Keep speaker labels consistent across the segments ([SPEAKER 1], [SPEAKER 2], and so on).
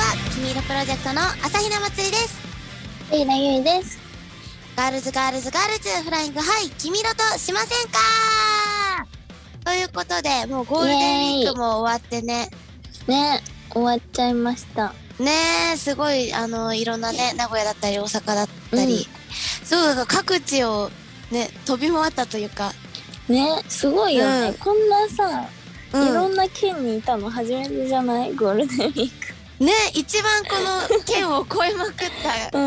[SPEAKER 1] プロジェクトの朝比奈まつりです。
[SPEAKER 2] ゆいなゆいです。
[SPEAKER 1] ガールズガールズガールズフライングハイ君色としませんかということで、もうゴールデンウィークも終わってね。
[SPEAKER 2] ね、終わっちゃいました。
[SPEAKER 1] ねえ、すごい、あの、いろんなね、名古屋だったり大阪だったり、そうだ各地をね、飛び回ったというか、
[SPEAKER 2] ね、すごいよね。
[SPEAKER 1] うん
[SPEAKER 2] こんなさ、
[SPEAKER 1] う
[SPEAKER 2] いろんな県にいたの初めてじゃないゴールデンウィー
[SPEAKER 1] ね一番この県を越えまくっ た、
[SPEAKER 2] ク。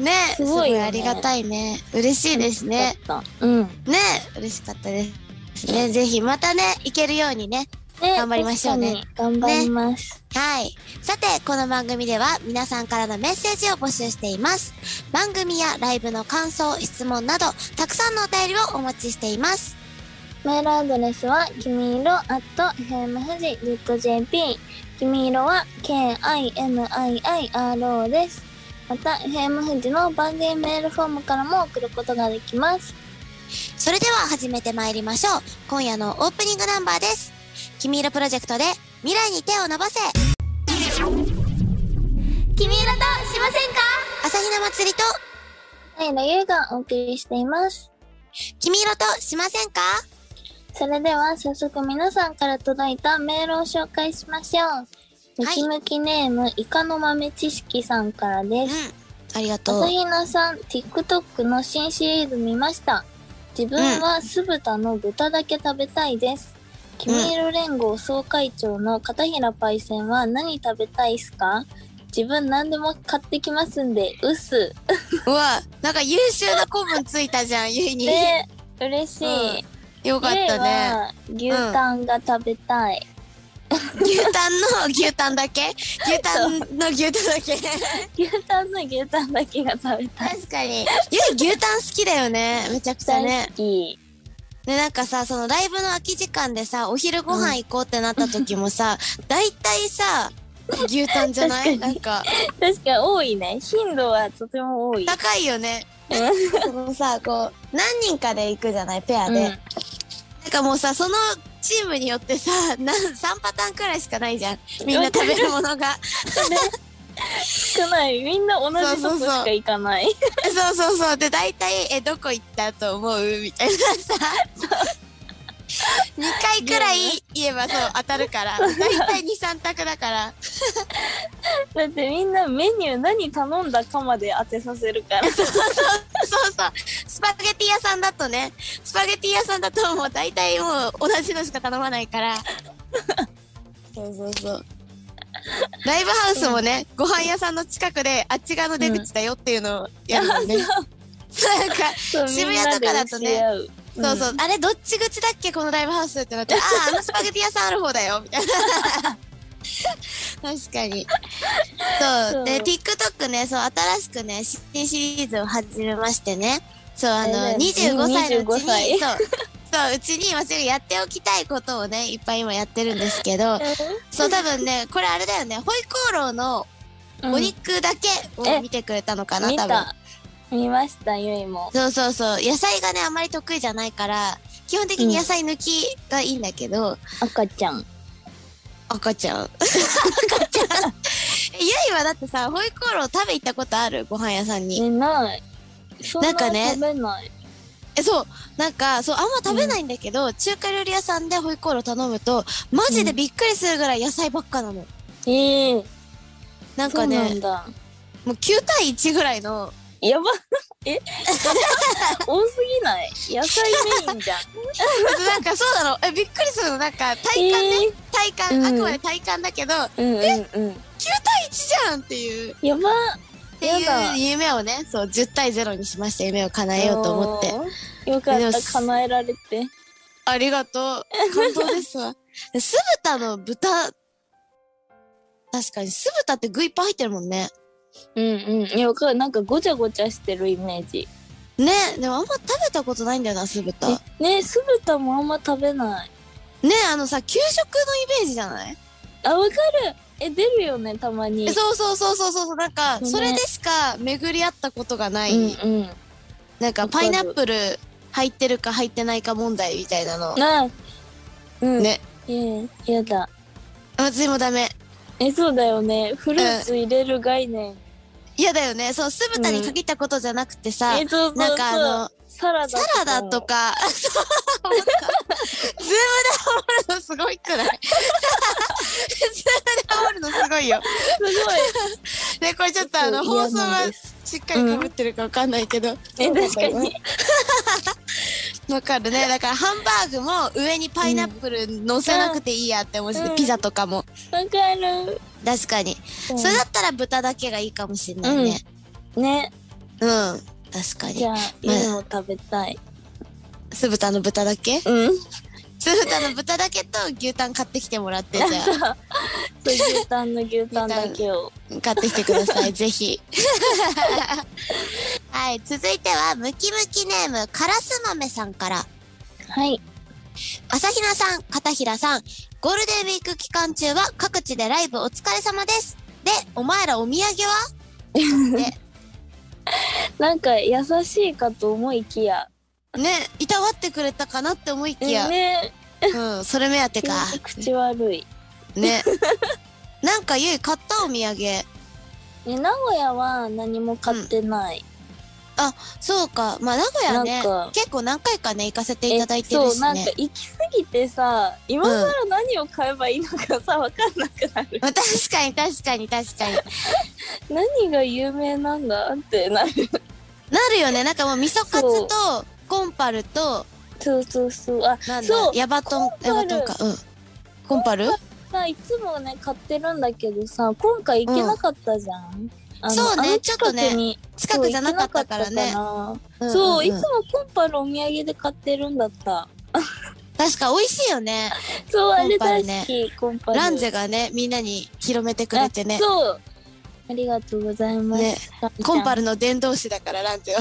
[SPEAKER 1] ね
[SPEAKER 2] すごいよね
[SPEAKER 1] ありがたいね。嬉しいですね。
[SPEAKER 2] だった。うん。
[SPEAKER 1] ね嬉しかったです。ね、ぜひまたね、行けるようにね、
[SPEAKER 2] ね
[SPEAKER 1] 頑張りましょうね。
[SPEAKER 2] 確かに頑張ります。
[SPEAKER 1] はい。さて、この番組では皆さんからのメッセージを募集しています。番組やライブの感想、質問など、たくさんのお便りをお待ちしています。
[SPEAKER 2] メールアドレスは、きみいろ at fmfuji.jp。きみいろは、k-i-m-i-i-r-o です。また、FM 富士の番組メールフォームからも送ることができます。
[SPEAKER 1] それでは始めてまいりましょう。今夜のオープニングナンバーです。君色プロジェクトで未来に手を伸ばせ
[SPEAKER 3] 君色としませんか
[SPEAKER 1] 朝日奈祭りと
[SPEAKER 2] はい、らゆうがお送りしています。
[SPEAKER 1] 君色としませんか
[SPEAKER 2] それでは早速皆さんから届いたメールを紹介しましょう。ム
[SPEAKER 1] はい
[SPEAKER 2] キムキネーム、イカの豆知識さんから
[SPEAKER 1] う
[SPEAKER 2] です。
[SPEAKER 1] ん。ありがとう
[SPEAKER 2] 朝。比奈さん、TikTok の新シリーズ見ました。自分は酢豚の豚だけ食べたいです。君色連合総会長の片平パイセンは何食べたいっすか自分何でも買ってきますんで、うっす。
[SPEAKER 1] うわ、なんか優秀な子分ついたじゃん、ゆいに。
[SPEAKER 2] で、嬉しい。
[SPEAKER 1] よかっ
[SPEAKER 2] ゆい
[SPEAKER 1] たね。
[SPEAKER 2] は牛タンが食べたい。
[SPEAKER 1] 牛タンの牛タンだ け牛タンの牛タンだけ
[SPEAKER 2] 牛タンの牛タンだけが食べたい。
[SPEAKER 1] 確かに。ゆい牛タン好きだよね。めちゃくちゃ
[SPEAKER 2] 大
[SPEAKER 1] ね
[SPEAKER 2] 好。き。
[SPEAKER 1] で、なんかさ、そのライブの空き時間でさ、お昼ご飯行こうってなった時も さ、大体さ、牛タンじゃな
[SPEAKER 2] 確
[SPEAKER 1] い
[SPEAKER 2] か
[SPEAKER 1] なん
[SPEAKER 2] に
[SPEAKER 1] か、
[SPEAKER 2] 確かに多いね。頻度はとても多い。
[SPEAKER 1] 高いよね。そのさ、こう、何人かで行くじゃないペアで。なんかもうさ、そのチームによってさ、 なん3パターンくらいしかないじゃん。みんな食べるものが。
[SPEAKER 2] 少ない。みんな同じとこしか行か ない。
[SPEAKER 1] そうそうそう。で、大体、え、どこ行ったと思うみたいなさ。2回くらい言えばそう当たるから。 大体2、3択だから。
[SPEAKER 2] だってみんなメニュー何頼んだかまで当てさせるから。
[SPEAKER 1] そうそう。スパゲティ屋さんだとね、スパゲティ屋さんだともう大体もう同じのしか頼まないから。そうそうそう。ライブハウスもね、ご飯屋さんの近くであっち側の出口だよっていうのをやるの ね。そうなんか、
[SPEAKER 2] そう
[SPEAKER 1] 渋谷とかだとね
[SPEAKER 2] みんなで教え合
[SPEAKER 1] そうそう、あれどっち口だっけこのライブハウスってな って、ああ、あのスパゲティ屋さんある方だよ、みたいな。 確かに。そう。
[SPEAKER 2] そう
[SPEAKER 1] で、TikTok ね、そう、新しくね、新シリーズを始めましてね。そう、
[SPEAKER 2] あ
[SPEAKER 1] あの、
[SPEAKER 2] れだよね
[SPEAKER 1] 25歳のう
[SPEAKER 2] 25
[SPEAKER 1] ち
[SPEAKER 2] 歳
[SPEAKER 1] に、そう、そう、うちに私がやっておきたいことをね、いっぱい今やってるんですけど、そう、多分ね、これあれだよね、ホイコーローの
[SPEAKER 2] うん。
[SPEAKER 1] お肉だけを見てくれたのかな、
[SPEAKER 2] 見
[SPEAKER 1] 多分。
[SPEAKER 2] た。見ました、ゆいも。
[SPEAKER 1] そうそうそう。野菜がね、あんまり得意じゃないから、基本的に野菜抜きがいいんだけど、
[SPEAKER 2] 赤ちゃん。
[SPEAKER 1] 赤ちゃ ん。赤ちゃん。ゆいはだってさ、ホイコーロー食べ行ったことあるご飯屋さんに。
[SPEAKER 2] え、ない。そんな
[SPEAKER 1] なんかね
[SPEAKER 2] 食べない。
[SPEAKER 1] え、そう。なんか、そう、あんま食べないんだけど、中華料理屋さんでホイコーロー頼むと、マジでびっくりするぐらい野菜ばっかなの。
[SPEAKER 2] ええ。
[SPEAKER 1] なん
[SPEAKER 2] そ
[SPEAKER 1] か
[SPEAKER 2] うなん
[SPEAKER 1] ね、
[SPEAKER 2] だ。
[SPEAKER 1] もう9対1ぐらいの、
[SPEAKER 2] やば。え 多すぎない野菜メインじゃん。
[SPEAKER 1] なんかそうだろう。え、びっくりするの。なんか、体感ね。体感、あくまで体感だけど、1
[SPEAKER 2] えーうんうんうん。
[SPEAKER 1] じゃんっていう。
[SPEAKER 2] やば
[SPEAKER 1] ってい
[SPEAKER 2] やだ
[SPEAKER 1] う夢をね、そう、10対0にしました夢を叶えようと思って。
[SPEAKER 2] て。よか
[SPEAKER 1] で
[SPEAKER 2] っ
[SPEAKER 1] も
[SPEAKER 2] た、叶えられて。
[SPEAKER 1] ありがとう。感動ですわ。 酢豚の豚、確かに酢豚って具いっぱい入ってるもんね。
[SPEAKER 2] うんうん。いや、わかる。なんかごちゃごちゃしてるイメージ。
[SPEAKER 1] ね、でもあんま食べたことないんだよな、酢豚。ね、
[SPEAKER 2] えねえ、酢豚もあんま食べない。
[SPEAKER 1] あのさ、給食のイメージじゃない
[SPEAKER 2] あ、わかる。え、出るよね、たまに。
[SPEAKER 1] えそうそうそうそうそう、なんか、
[SPEAKER 2] ね
[SPEAKER 1] それでしか巡り合ったことがない、
[SPEAKER 2] うんうん。
[SPEAKER 1] なんか
[SPEAKER 2] わか
[SPEAKER 1] パ
[SPEAKER 2] る
[SPEAKER 1] イナップル入ってるか入ってないか問題みたいなの。
[SPEAKER 2] なあ。うん。
[SPEAKER 1] ね。
[SPEAKER 2] ええやだ。
[SPEAKER 1] 私もダメ。
[SPEAKER 2] え、そうだよね。フルーツ入れる概念。
[SPEAKER 1] 嫌だよね。そう、酢豚に限ったことじゃなくてさ、
[SPEAKER 2] え、そうそうそう。
[SPEAKER 1] なんかあの、
[SPEAKER 2] サラダ
[SPEAKER 1] サラダと。か、そう思ったズームでハモるのすごいくないズームでハモるのすごいよ。
[SPEAKER 2] すごい。
[SPEAKER 1] ね、これちょっとあの、放
[SPEAKER 2] そう
[SPEAKER 1] 送
[SPEAKER 2] 嫌なん
[SPEAKER 1] が
[SPEAKER 2] です
[SPEAKER 1] しっかり被ってるかわかんないけど、
[SPEAKER 2] え、確かに。
[SPEAKER 1] わかるね。だからハンバーグも上にパイナップル乗せなくていいやって思って、
[SPEAKER 2] うん
[SPEAKER 1] ピザとかも。
[SPEAKER 2] わかる。
[SPEAKER 1] 確かに。それだったら豚だけがいいかもしれないね。
[SPEAKER 2] ね。
[SPEAKER 1] うん。確か
[SPEAKER 2] じ
[SPEAKER 1] に
[SPEAKER 2] ゃ。あ、犬も食べたい。
[SPEAKER 1] 酢豚の豚だ け
[SPEAKER 2] うん。
[SPEAKER 1] 酢豚の豚だけと牛タン買ってきてもらって、じゃ
[SPEAKER 2] そう牛タンの牛タンだけ を。
[SPEAKER 1] あ、買ってきてください。ぜひ。 はい。続いては、ムキムキネーム、からす豆さんから。
[SPEAKER 2] はい。
[SPEAKER 1] 朝比奈さん、片平さん、ゴールデンウィーク期間中は各地でライブお疲れ様です。で、お前らお土産は
[SPEAKER 2] なんか優しいかと思いきや。
[SPEAKER 1] ね、いたわってくれたかなって思いきや、
[SPEAKER 2] ね。
[SPEAKER 1] うん、それ目当てか。
[SPEAKER 2] 口悪い。
[SPEAKER 1] ね。なんかゆい買ったお土産。
[SPEAKER 2] ね、名古屋は何も買ってない。
[SPEAKER 1] そうか。まあ名古屋ね
[SPEAKER 2] なんか、
[SPEAKER 1] 結構何回かね、行かせてい
[SPEAKER 2] え
[SPEAKER 1] ただいてる
[SPEAKER 2] そう
[SPEAKER 1] し
[SPEAKER 2] なんか
[SPEAKER 1] ね。
[SPEAKER 2] 行き過ぎてさ今更何を買えばいいのかさ分かんなくなる
[SPEAKER 1] まあ確かに確かに確かに。
[SPEAKER 2] 何が有名なんだってなる
[SPEAKER 1] なるよね。なんかもう味噌カツ
[SPEAKER 2] そ
[SPEAKER 1] と
[SPEAKER 2] う、
[SPEAKER 1] コンパルと、
[SPEAKER 2] そうそうそうあ
[SPEAKER 1] なんだ
[SPEAKER 2] そう、
[SPEAKER 1] ヤバトン
[SPEAKER 2] コン、パル
[SPEAKER 1] ヤバトンか。うん。コンパル
[SPEAKER 2] さいつもね買ってるんだけどさ今回行けなかったじゃん、あの
[SPEAKER 1] そうね
[SPEAKER 2] あの近くに
[SPEAKER 1] 近くじゃなかったからね。
[SPEAKER 2] そう行けなかったか
[SPEAKER 1] ん
[SPEAKER 2] なんそう、い
[SPEAKER 1] ん
[SPEAKER 2] つもコンパルお土産で買ってるんだった
[SPEAKER 1] 確か美味しいよね。
[SPEAKER 2] そうあ
[SPEAKER 1] コン
[SPEAKER 2] れ
[SPEAKER 1] パ
[SPEAKER 2] 大
[SPEAKER 1] ルね
[SPEAKER 2] 好きコンパル,、
[SPEAKER 1] ランゼがね、みんなに広めてくれてね
[SPEAKER 2] あ。そうありがとうございます、
[SPEAKER 1] ね
[SPEAKER 2] ランちゃん
[SPEAKER 1] コンパルの伝道師だから、ランゼは。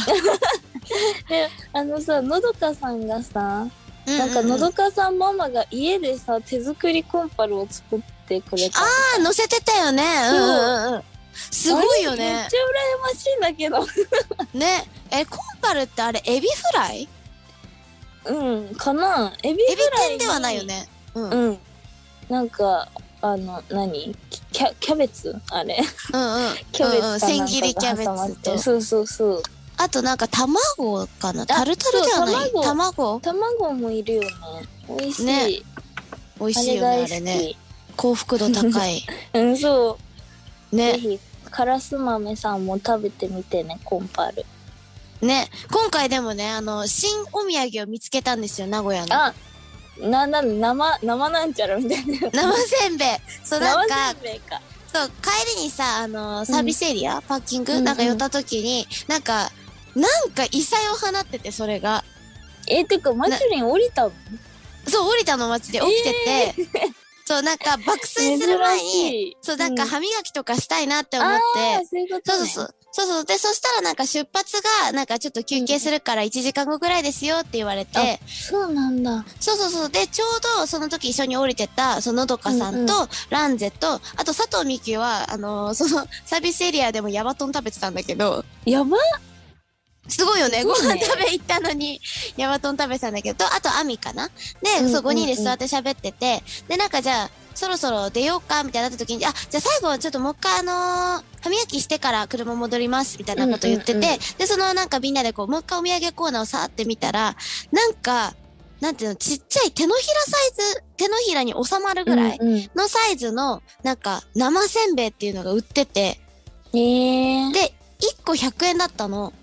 [SPEAKER 2] であのさのどかさんがさ なんか
[SPEAKER 1] うう
[SPEAKER 2] の
[SPEAKER 1] う
[SPEAKER 2] どかさんママが家でさ手作りコンパルを作ってくれた
[SPEAKER 1] あ、乗せてたよね。うんうんうん。すごいよ
[SPEAKER 2] あれめっ
[SPEAKER 1] ね
[SPEAKER 2] ち。ゃ羨ましいんだけど
[SPEAKER 1] ね。え、コンパルってあれ、エビフライ
[SPEAKER 2] うんかなエビフ
[SPEAKER 1] エビ
[SPEAKER 2] ライ
[SPEAKER 1] 天
[SPEAKER 2] に
[SPEAKER 1] ではないよね。うん。うんうん
[SPEAKER 2] うんなんかあの何キキャキャベツあれ
[SPEAKER 1] うん。
[SPEAKER 2] キャベツ
[SPEAKER 1] うんう
[SPEAKER 2] かな
[SPEAKER 1] ん千
[SPEAKER 2] ん
[SPEAKER 1] 切りキ
[SPEAKER 2] か
[SPEAKER 1] ャベ
[SPEAKER 2] が挟まって
[SPEAKER 1] ツと。
[SPEAKER 2] そうそうそう
[SPEAKER 1] あとなんか卵かなタルタルではない
[SPEAKER 2] そう
[SPEAKER 1] 卵
[SPEAKER 2] 卵もいるよね美味しい、
[SPEAKER 1] ね美味
[SPEAKER 2] あ
[SPEAKER 1] しい
[SPEAKER 2] れ
[SPEAKER 1] よね、
[SPEAKER 2] 大
[SPEAKER 1] あ
[SPEAKER 2] 好き
[SPEAKER 1] れね。幸福度高 い。
[SPEAKER 2] うんそうぜ
[SPEAKER 1] ね。
[SPEAKER 2] ひからす豆さんも食べてみてねコンパル
[SPEAKER 1] ね。今回でもね、あの、新お土産を見つけたんですよ、名古屋の。
[SPEAKER 2] あななんだ生生なんちゃらみたいな
[SPEAKER 1] 生せんべい。そう、なんか
[SPEAKER 2] 生、せんべいか
[SPEAKER 1] そう、帰りにさ、あの、サービスエリア、パーキング、
[SPEAKER 2] うんうん
[SPEAKER 1] なんか寄った時に、なんか、なんか異彩を放ってて、それが。
[SPEAKER 2] えてかマチュリン降りたの
[SPEAKER 1] そう、降りたの街で起きてて、そう、なんか爆睡する前に、
[SPEAKER 2] い
[SPEAKER 1] そう、なんか
[SPEAKER 2] うん
[SPEAKER 1] 歯磨きとかしたいなって思っ
[SPEAKER 2] あ
[SPEAKER 1] て
[SPEAKER 2] ー、そういうこと
[SPEAKER 1] そう
[SPEAKER 2] ね、
[SPEAKER 1] そうそう。そうそう。で、そしたらなんか出発が、なんかちょっと休憩するから1時間後ぐらいですよって言われて、
[SPEAKER 2] そうなんだ
[SPEAKER 1] そうそうそう。で、ちょうどその時一緒に降りてた、そののどかさ
[SPEAKER 2] うんうんん
[SPEAKER 1] と、ランゼと、あと佐藤美希は、あのーそのサービスエリアでもヤバトン食べてたんだけど、
[SPEAKER 2] やば
[SPEAKER 1] すごいよね。
[SPEAKER 2] す
[SPEAKER 1] ご
[SPEAKER 2] ごいね
[SPEAKER 1] 飯食べ行ったのに、ヤバトン食べてたんだけど、あとアミかな
[SPEAKER 2] うん
[SPEAKER 1] で、
[SPEAKER 2] うん
[SPEAKER 1] そう5人で座って喋ってて、で、なんかじゃあ、そろそろ出ようか、みたいになった時に、あ、じゃあ最後ちょっともう一回あのー歯磨きしてから車戻ります、みたいなこと言ってて、
[SPEAKER 2] うんうんうん
[SPEAKER 1] で、そのなんかみんなでこう、もう一回お土産コーナーをさーって見たら、なんか、なんていうの、ちっちゃい手のひらサイズ、手のひらに収まるぐらい
[SPEAKER 2] うんうん
[SPEAKER 1] のサイズの、なんか、生せんべいっていうのが売ってて、
[SPEAKER 2] へえ
[SPEAKER 1] で、1個100円だったの。
[SPEAKER 2] ー、うん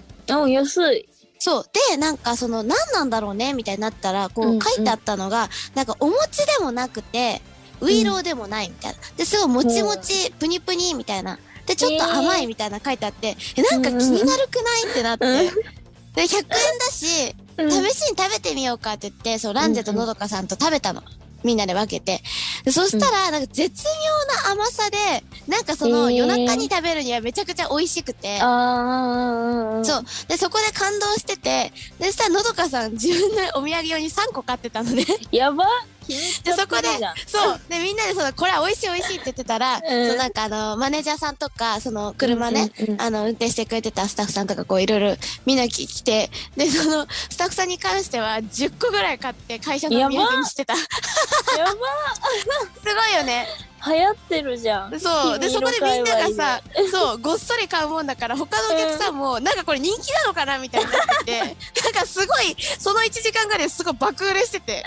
[SPEAKER 2] 安い
[SPEAKER 1] そう。で、なんかその何なんだろうねみたいになったら、こ
[SPEAKER 2] う
[SPEAKER 1] うん
[SPEAKER 2] うん
[SPEAKER 1] 書いてあったのが、なんかお餅でもなくて、ウイローでもないみたいな。で、すごいもちもち、ぷにぷにみたいな。で、ちょっと甘いみたいな書いてあって、え、なんか気になるくないってなって。
[SPEAKER 2] うん
[SPEAKER 1] で、100円だし、
[SPEAKER 2] うん
[SPEAKER 1] 試しに食べてみようかって言って、そう、ランジェとのどかさんと食べたの。みんなで分けて。でそしたら、なんか絶妙な甘さで、なんかその、
[SPEAKER 2] えー
[SPEAKER 1] 夜中に食べるにはめちゃくちゃ美味しくて。
[SPEAKER 2] あー
[SPEAKER 1] そうで、そこで感動してて、で、そしたらのどかさん自分のお土産用に3個買ってた のね。
[SPEAKER 2] やば
[SPEAKER 1] で、そこで、そう。 で、みんなでその、これは美味しい美味しいって言ってたら、
[SPEAKER 2] うん
[SPEAKER 1] そうなんかあの、マネージャーさんとか、その、車ね、
[SPEAKER 2] うんうんうん
[SPEAKER 1] あの、運転してくれてたスタッフさんとか、こう、いろいろみんなき来て、で、その、スタッフさんに関しては10個ぐらい買って会社のお土産にしてた。す
[SPEAKER 2] やば
[SPEAKER 1] ごいよね。
[SPEAKER 2] 流行ってるじゃん。
[SPEAKER 1] そうで
[SPEAKER 2] 黄
[SPEAKER 1] そこ
[SPEAKER 2] 色
[SPEAKER 1] で
[SPEAKER 2] 界
[SPEAKER 1] みんな
[SPEAKER 2] 隈
[SPEAKER 1] がさそうごっそり買うもんだから他のお客さんもなんかこれ人気なのかなみたいになって てなんかすごいその1時間ぐらいすごい爆売れしてて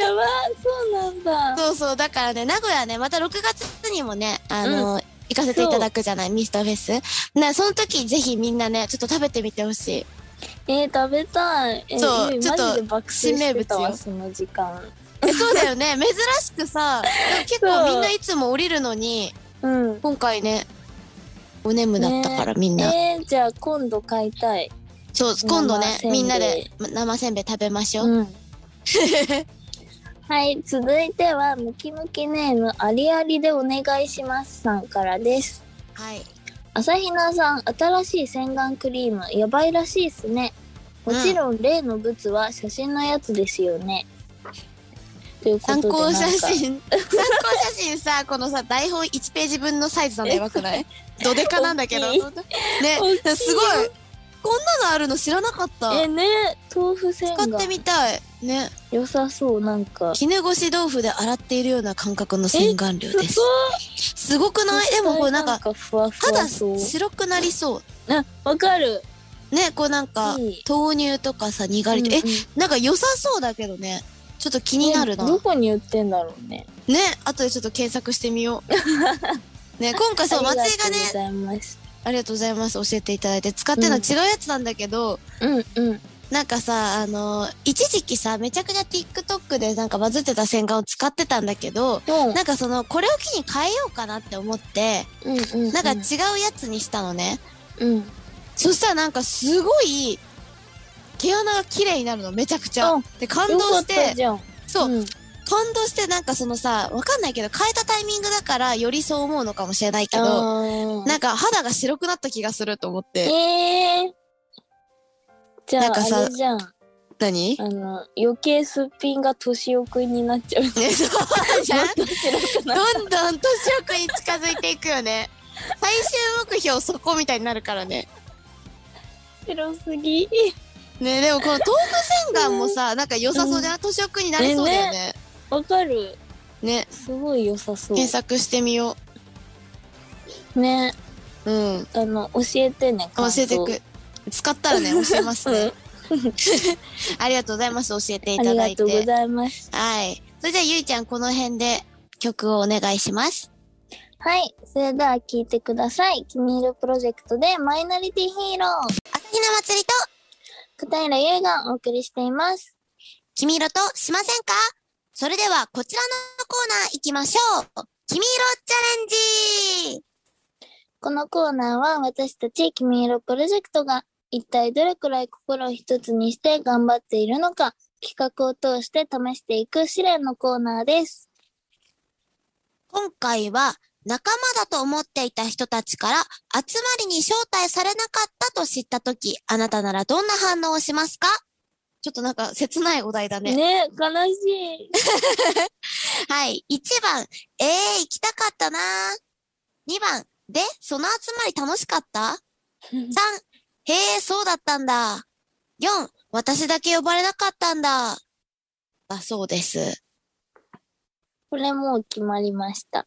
[SPEAKER 2] やばーそうなんだ。
[SPEAKER 1] そうそうだからね名古屋ねまた6月にもねあの、行かせていただくじゃないミスターフェスなその時ぜひみんなねちょっと食べてみてほし
[SPEAKER 2] え
[SPEAKER 1] い
[SPEAKER 2] ー、食べたい。えー
[SPEAKER 1] そう
[SPEAKER 2] ゆい
[SPEAKER 1] ちょっと
[SPEAKER 2] マジで爆睡してたわそ
[SPEAKER 1] 新
[SPEAKER 2] の時間。
[SPEAKER 1] えそうだよね珍しくさでも結構
[SPEAKER 2] そう
[SPEAKER 1] みんないつも降りるのに
[SPEAKER 2] うん。
[SPEAKER 1] 今回ねお眠だったからみんな、
[SPEAKER 2] えー、じゃあ今度買いたい。
[SPEAKER 1] そう今度ね
[SPEAKER 2] 生せんべい
[SPEAKER 1] みんなで生せんべい食べましょう、
[SPEAKER 2] うん。はい、続いてはムキムキネームありありでお願いしますさんからです。
[SPEAKER 1] はい
[SPEAKER 2] 朝比奈さん、新しい洗顔クリーム、やばいらしいっすね。もちろん、例のブツは写真のやつですよね。ということ
[SPEAKER 1] 参
[SPEAKER 2] で
[SPEAKER 1] 考写
[SPEAKER 2] なんか
[SPEAKER 1] 真参考写真さこのさ台本1ページ分のサイズなのやばくないどでかなんだけど
[SPEAKER 2] 大
[SPEAKER 1] ね
[SPEAKER 2] きい大きい
[SPEAKER 1] すごいこんなのあるの知らなかった
[SPEAKER 2] え、ね、豆腐洗
[SPEAKER 1] 使
[SPEAKER 2] 顔
[SPEAKER 1] ってみたいね
[SPEAKER 2] 良さそう、なんか。
[SPEAKER 1] 絹ごし豆腐で洗っているような感覚の洗顔料
[SPEAKER 2] すご
[SPEAKER 1] ですすごくないでもこれなんか
[SPEAKER 2] ふわふわ
[SPEAKER 1] 肌
[SPEAKER 2] そう。
[SPEAKER 1] 白くなりそ
[SPEAKER 2] あ、わかる。
[SPEAKER 1] うねこうなんか
[SPEAKER 2] いい
[SPEAKER 1] 豆乳とかさにがりとえ
[SPEAKER 2] うんうん
[SPEAKER 1] なんか良さそうだけどねちょっと気になるな
[SPEAKER 2] えどこに売ってんだろうね。
[SPEAKER 1] ね後でちょっと検索してみよ うね今回そう松井がね
[SPEAKER 2] ありがとうございます。
[SPEAKER 1] ありがとうございます教えていただいて使ってるのは違うやつなんだけど、
[SPEAKER 2] うんうん。
[SPEAKER 1] なんかさあの一時期さめちゃくちゃ TikTok でなんかバズってた洗顔を使ってたんだけど
[SPEAKER 2] そう
[SPEAKER 1] なんかそのこれを機に変えようかなって思って
[SPEAKER 2] うんうんうん。
[SPEAKER 1] なんか違うやつにしたのね、
[SPEAKER 2] うん。
[SPEAKER 1] そしたらなんかすごい毛穴が綺麗になるのめちゃくちゃ
[SPEAKER 2] うん
[SPEAKER 1] で感動
[SPEAKER 2] よかっ
[SPEAKER 1] したて
[SPEAKER 2] じゃん。
[SPEAKER 1] そう、
[SPEAKER 2] うん
[SPEAKER 1] 感動してなんかそのさわかんないけど変えたタイミングだからよりそう思うのかもしれないけど
[SPEAKER 2] あー
[SPEAKER 1] なんか肌が白くなった気がすると思って
[SPEAKER 2] ええー。じゃ
[SPEAKER 1] なん
[SPEAKER 2] あ
[SPEAKER 1] かさ
[SPEAKER 2] あれじゃん。あ
[SPEAKER 1] 何
[SPEAKER 2] の余計すっぴんが年送りになっちゃう。
[SPEAKER 1] ね、 そうじゃん
[SPEAKER 2] もっと白くなる。
[SPEAKER 1] どんどん年奥に近づいていくよね。最終目標そこみたいになるからね。
[SPEAKER 2] 白すぎ。
[SPEAKER 1] ねでもこの豆腐洗顔もさ、なんか良さそうじゃない年奥になりそうだよね。
[SPEAKER 2] わかる。
[SPEAKER 1] ね、
[SPEAKER 2] すごい良さそ
[SPEAKER 1] 検索してみよ
[SPEAKER 2] う。ね。
[SPEAKER 1] う。うん。
[SPEAKER 2] あの教えてね。
[SPEAKER 1] 教
[SPEAKER 2] 感想
[SPEAKER 1] えてく。使ったらね、教えますね。ありがとうございます。教えてい
[SPEAKER 2] うん。あ
[SPEAKER 1] た
[SPEAKER 2] り
[SPEAKER 1] だ
[SPEAKER 2] が
[SPEAKER 1] い
[SPEAKER 2] とうご
[SPEAKER 1] て。
[SPEAKER 2] ざいます。
[SPEAKER 1] はい。それじゃあ、ゆいちゃん、この辺で曲をお願いします。
[SPEAKER 2] はい、それでは聞いてください。君色プロジェクトでマイノリティヒーロー、
[SPEAKER 1] 朝日奈祭りと、
[SPEAKER 2] 片平優がお送りしています。
[SPEAKER 1] 君色としませんかそれでは、こちらのコーナー行きましょう。君色チャレンジ
[SPEAKER 2] このコーナーは私たち君色プロジェクトが一体どれくらい心を一つにして頑張っているのか、企画を通して試していく試練のコーナーです。
[SPEAKER 1] 今回は仲間だと思っていた人たちから集まりに招待されなかったと知ったとき、あなたならどんな反応をしますかちょっとなんか切ないお題だね。
[SPEAKER 2] ね悲しい。
[SPEAKER 1] はい。1番、えー、行きたかったなー。2番、で、その集まり楽しかった ?3、へえ、そうだったんだ。4、私だけ呼ばれなかったんだ。だそうです。
[SPEAKER 2] これもう決まりました。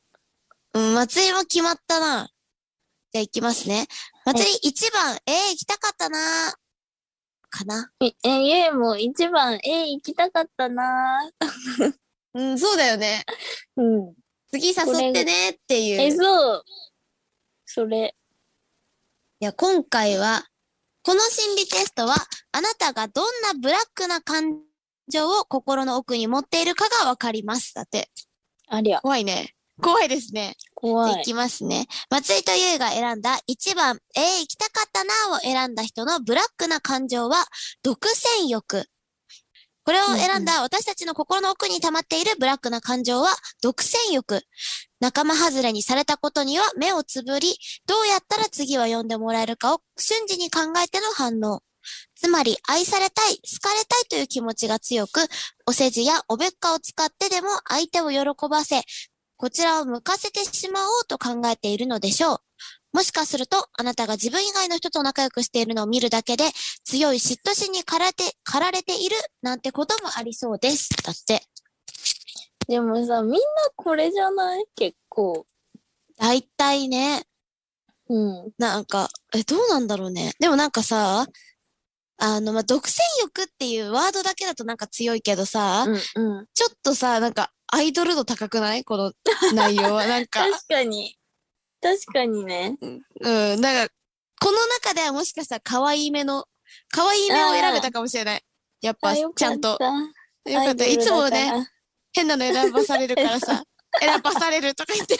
[SPEAKER 1] うん、松井も決まったな。じゃあ行きますね。松井1番、えー、行きたかったなかな。
[SPEAKER 2] え、えゆえも一番、え、行きたかったなぁ
[SPEAKER 1] うん、そうだよね。
[SPEAKER 2] うん。
[SPEAKER 1] 次誘ってねっていう。
[SPEAKER 2] え、
[SPEAKER 1] い
[SPEAKER 2] そう。それ。
[SPEAKER 1] や、今回は、この心理テストは、あなたがどんなブラックな感情を心の奥に持っているかがわかります。だって。
[SPEAKER 2] ありゃ、
[SPEAKER 1] 怖いね。怖いですね。
[SPEAKER 2] 怖
[SPEAKER 1] じゃ
[SPEAKER 2] い
[SPEAKER 1] あ。いきますね。松井と優が選んだ1番、えー、行きたかったなーを選んだ人のブラックな感情は、独占欲。これを選んだ私たちの心の奥に溜まっているブラックな感情は、独占欲。仲間外れにされたことには目をつぶり、どうやったら次は呼んでもらえるかを瞬時に考えての反応。つまり、愛されたい、好かれたいという気持ちが強く、お世辞やおべっかを使ってでも相手を喜ばせ、こちらを向かせてしまおうと考えているのでしょう。もしかすると、あなたが自分以外の人と仲良くしているのを見るだけで、強い嫉妬心に駆られて、駆られているなんてこともありそうです。だって。
[SPEAKER 2] でもさ、みんなこれじゃない結構。
[SPEAKER 1] 大体ね、
[SPEAKER 2] うん。
[SPEAKER 1] なんか、え、どうなんだろうね。でもなんかさ、あの、まあ、独占欲っていうワードだけだとなんか強いけどさ、
[SPEAKER 2] うんうん。
[SPEAKER 1] ちょっとさ、なんか、アイドル度高くないこの内容は。なんか、
[SPEAKER 2] 確かに。確かにね。
[SPEAKER 1] うん、なんか、この中ではもしかしたら可愛い目の、可愛い目を選べたかもしれない。やっぱ、
[SPEAKER 2] あ
[SPEAKER 1] ち
[SPEAKER 2] よかった
[SPEAKER 1] ゃんと。よ
[SPEAKER 2] ア
[SPEAKER 1] かっ
[SPEAKER 2] イド
[SPEAKER 1] た。
[SPEAKER 2] ル
[SPEAKER 1] いつも
[SPEAKER 2] だか
[SPEAKER 1] ね、
[SPEAKER 2] ら。
[SPEAKER 1] 変なの選ばされるか らさ、選ばされるとか言って。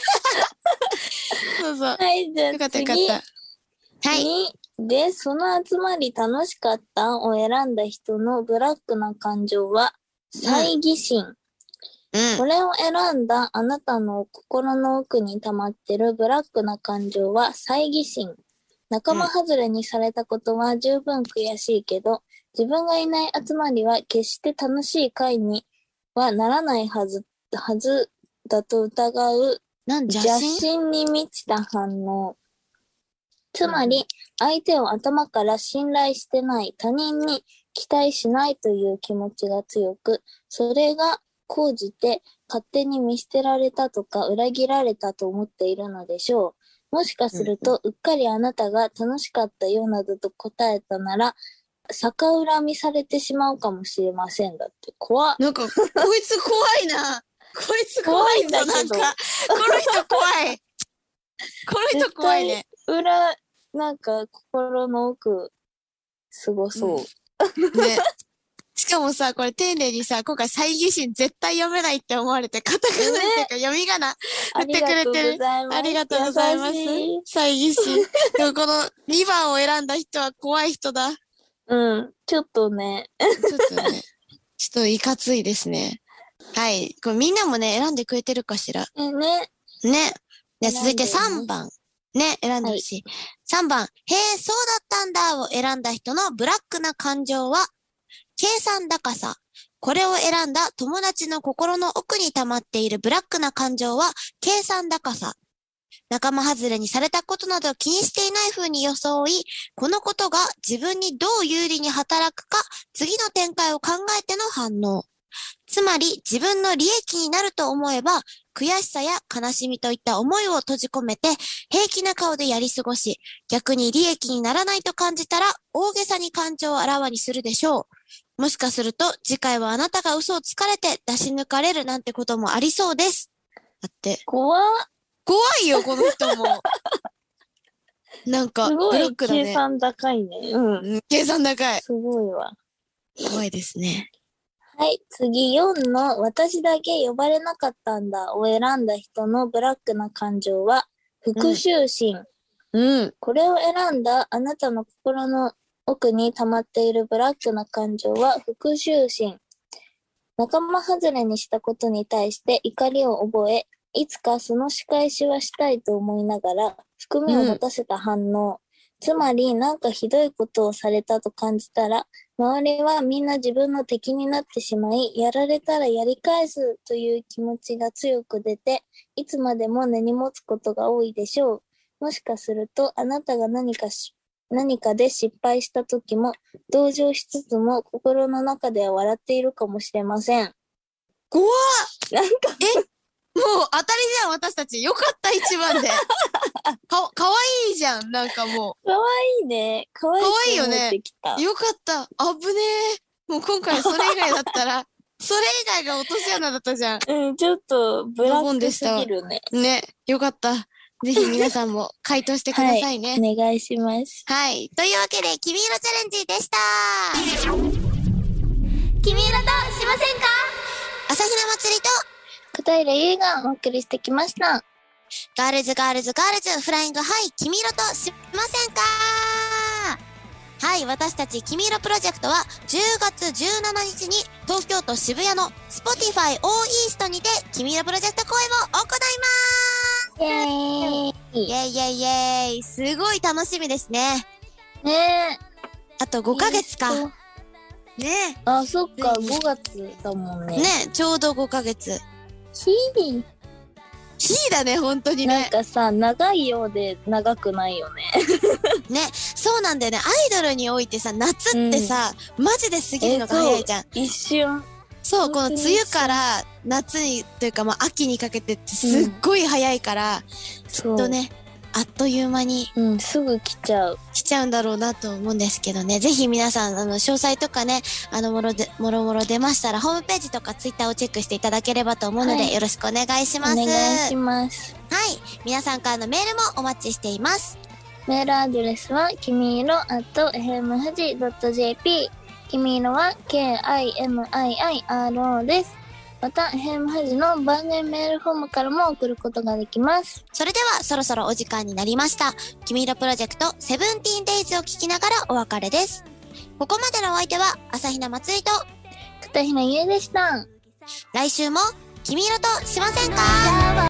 [SPEAKER 1] そうそう。
[SPEAKER 2] はい、じゃあ次。
[SPEAKER 1] よかったよかった。はい。
[SPEAKER 2] にで、その集まり楽しかったを選んだ人のブラックな感情は、猜疑心。
[SPEAKER 1] うん。
[SPEAKER 2] これを選んだあなたの心の奥に溜まってるブラックな感情は猜疑心。仲間外れにされたことは十分悔しいけど、自分がいない集まりは決して楽しい会にはならないはず、はずだと疑う
[SPEAKER 1] なんじゃ
[SPEAKER 2] 邪
[SPEAKER 1] し
[SPEAKER 2] 心
[SPEAKER 1] ん
[SPEAKER 2] に満ちた反応。つまり、相手を頭から信頼してない他人に期待しないという気持ちが強く、それが高じて勝手に見捨てられたとか裏切られたと思っているのでしょう。もしかすると、うっかりあなたが楽しかったよなどと答えたなら、逆恨みされてしまうかもしれませんだって。怖っ。
[SPEAKER 1] なんか、こいつ怖いな。こいつ怖いんだ、
[SPEAKER 2] 怖
[SPEAKER 1] ない
[SPEAKER 2] ん
[SPEAKER 1] ん
[SPEAKER 2] だ
[SPEAKER 1] か
[SPEAKER 2] けど。
[SPEAKER 1] この人怖い。この人怖いね。
[SPEAKER 2] 裏、なんか心の奥、すごそう。
[SPEAKER 1] ね。しかもさ、これ丁寧にさ、今回、猜疑心絶対読めないって思われて、カタカナっていうか、読み仮名
[SPEAKER 2] ありがとうございます。
[SPEAKER 1] ありがとうございます
[SPEAKER 2] 優しい。
[SPEAKER 1] 猜疑心。でもこの2番を選んだ人は怖い人だ。ち
[SPEAKER 2] うん、ちょっとね。
[SPEAKER 1] ょっとね、ちょっといかついですね。はい。これみんなもね、選んでくれてるかしら。
[SPEAKER 2] え、ね。
[SPEAKER 1] ね。じゃあ続いて
[SPEAKER 2] 選んでね
[SPEAKER 1] 3番。ね、選んでほしい。3番。へえ、そうだったんだを選んだ人のブラックな感情は、計算高さ。これを選んだ友達の心の奥に溜まっているブラックな感情は、計算高さ。仲間外れにされたことなど気にしていない風に装い、このことが自分にどう有利に働くか、次の展開を考えての反応。つまり、自分の利益になると思えば、悔しさや悲しみといった思いを閉じ込めて、平気な顔でやり過ごし、逆に利益にならないと感じたら、大げさに感情をあらわにするでしょう。もしかすると、次回はあなたが嘘をつかれて出し抜かれるなんてこともありそうです。だって、
[SPEAKER 2] 怖っ
[SPEAKER 1] 怖いよ、この 人も。なんか、
[SPEAKER 2] す
[SPEAKER 1] ブ
[SPEAKER 2] ご
[SPEAKER 1] ロ
[SPEAKER 2] い
[SPEAKER 1] ックだ
[SPEAKER 2] 計
[SPEAKER 1] ね。
[SPEAKER 2] 算高いね。うん。
[SPEAKER 1] うん計算高い。
[SPEAKER 2] すごいわ。
[SPEAKER 1] 怖いですね。
[SPEAKER 2] はい、次4の私だけ呼ばれなかったんだを選んだ人のブラックな感情は、復讐心。
[SPEAKER 1] うん。
[SPEAKER 2] これを選んだあなたの心の奥に溜まっているブラックな感情は復讐心。仲間外れにしたことに対して怒りを覚え、いつかその仕返しはしたいと思いながら、含みを持たせた反応。つまり、なんかひどいことをされたと感じたら、周りはみんな自分の敵になってしまい、やられたらやり返すという気持ちが強く出て、いつまでも根に持つことが多いでしょう。もしかすると、あなたが何かし、何かで失敗した時も、同情しつつも、心の中では笑っているかもしれません。
[SPEAKER 1] 怖っ
[SPEAKER 2] なんか、
[SPEAKER 1] もう当たりじゃん、私たち。よかった、一番で。 か、かわいいじゃん、なんかもう。
[SPEAKER 2] かわいいね。かわい
[SPEAKER 1] 可愛い
[SPEAKER 2] い
[SPEAKER 1] よね
[SPEAKER 2] 思ってきた。
[SPEAKER 1] よかった。あぶねえ。もう今回それ以外だった ら、それ以外が落とし穴だったじゃ
[SPEAKER 2] うん、ちょっと、ブラックすぎるね。
[SPEAKER 1] ん。ね。よかった。ぜひ皆さんも回答してください ね。
[SPEAKER 2] お願いします。
[SPEAKER 1] はい。というわけで、君色チャレンジでした。
[SPEAKER 3] 君色としませんか
[SPEAKER 1] 朝日奈祭りと、
[SPEAKER 2] 片平優がお送りしてきました。
[SPEAKER 1] ガールズガールズガールズフライングハイ君色としませんかはい、私たち君色プロジェクトは10月17日に東京都渋谷の Spotify オーイーストにて君色プロジェクト公演を行います
[SPEAKER 2] イェーイ
[SPEAKER 1] イェイイェイイェイすごい楽しみですね。
[SPEAKER 2] ねえ。
[SPEAKER 1] あと5ヶ月か。
[SPEAKER 2] いい
[SPEAKER 1] ね
[SPEAKER 2] 人あ、そっか、5月だもんね。
[SPEAKER 1] ね、ちょうど5ヶ月。
[SPEAKER 2] ひー
[SPEAKER 1] ヒーだね、本当に
[SPEAKER 2] なん
[SPEAKER 1] ね。
[SPEAKER 2] かさ、長いようで長くないよね。
[SPEAKER 1] ね、そうなんだよね。アイドルにおいてさ、夏ってさ、マジで過ぎるのが早いじゃん。
[SPEAKER 2] 一瞬。
[SPEAKER 1] そう、この
[SPEAKER 2] 本当
[SPEAKER 1] 梅
[SPEAKER 2] に
[SPEAKER 1] 雨から夏にというか、まあ、秋にかけてってすっごい早いから、
[SPEAKER 2] そう
[SPEAKER 1] とねあっという間に
[SPEAKER 2] うん、すぐ来ちゃう。
[SPEAKER 1] 来ちゃうんだろうなと思うんですけどねぜひ皆さんあの詳細とかねあのもろでもろもろ出ましたらホームページとかツイッターをチェックしていただければと思うので、
[SPEAKER 2] はい
[SPEAKER 1] よろしくお願いし
[SPEAKER 2] お
[SPEAKER 1] ます。
[SPEAKER 2] 願いします。
[SPEAKER 1] はい。皆さんからのメールもお待ちしています。
[SPEAKER 2] メールアドレスは、きみいろ at fmfuji.jp。きみいろは、k-i-m-i-i-r-o です。また、ヘムフジの番組メールフォームからも送ることができます。
[SPEAKER 1] それではそろそろお時間になりました。君色プロジェクトセブンティーンデイズを聞きながらお別れです。ここまでのお相手は朝比奈松井と
[SPEAKER 2] 片平ゆうでした。
[SPEAKER 1] 来週も君色としませんか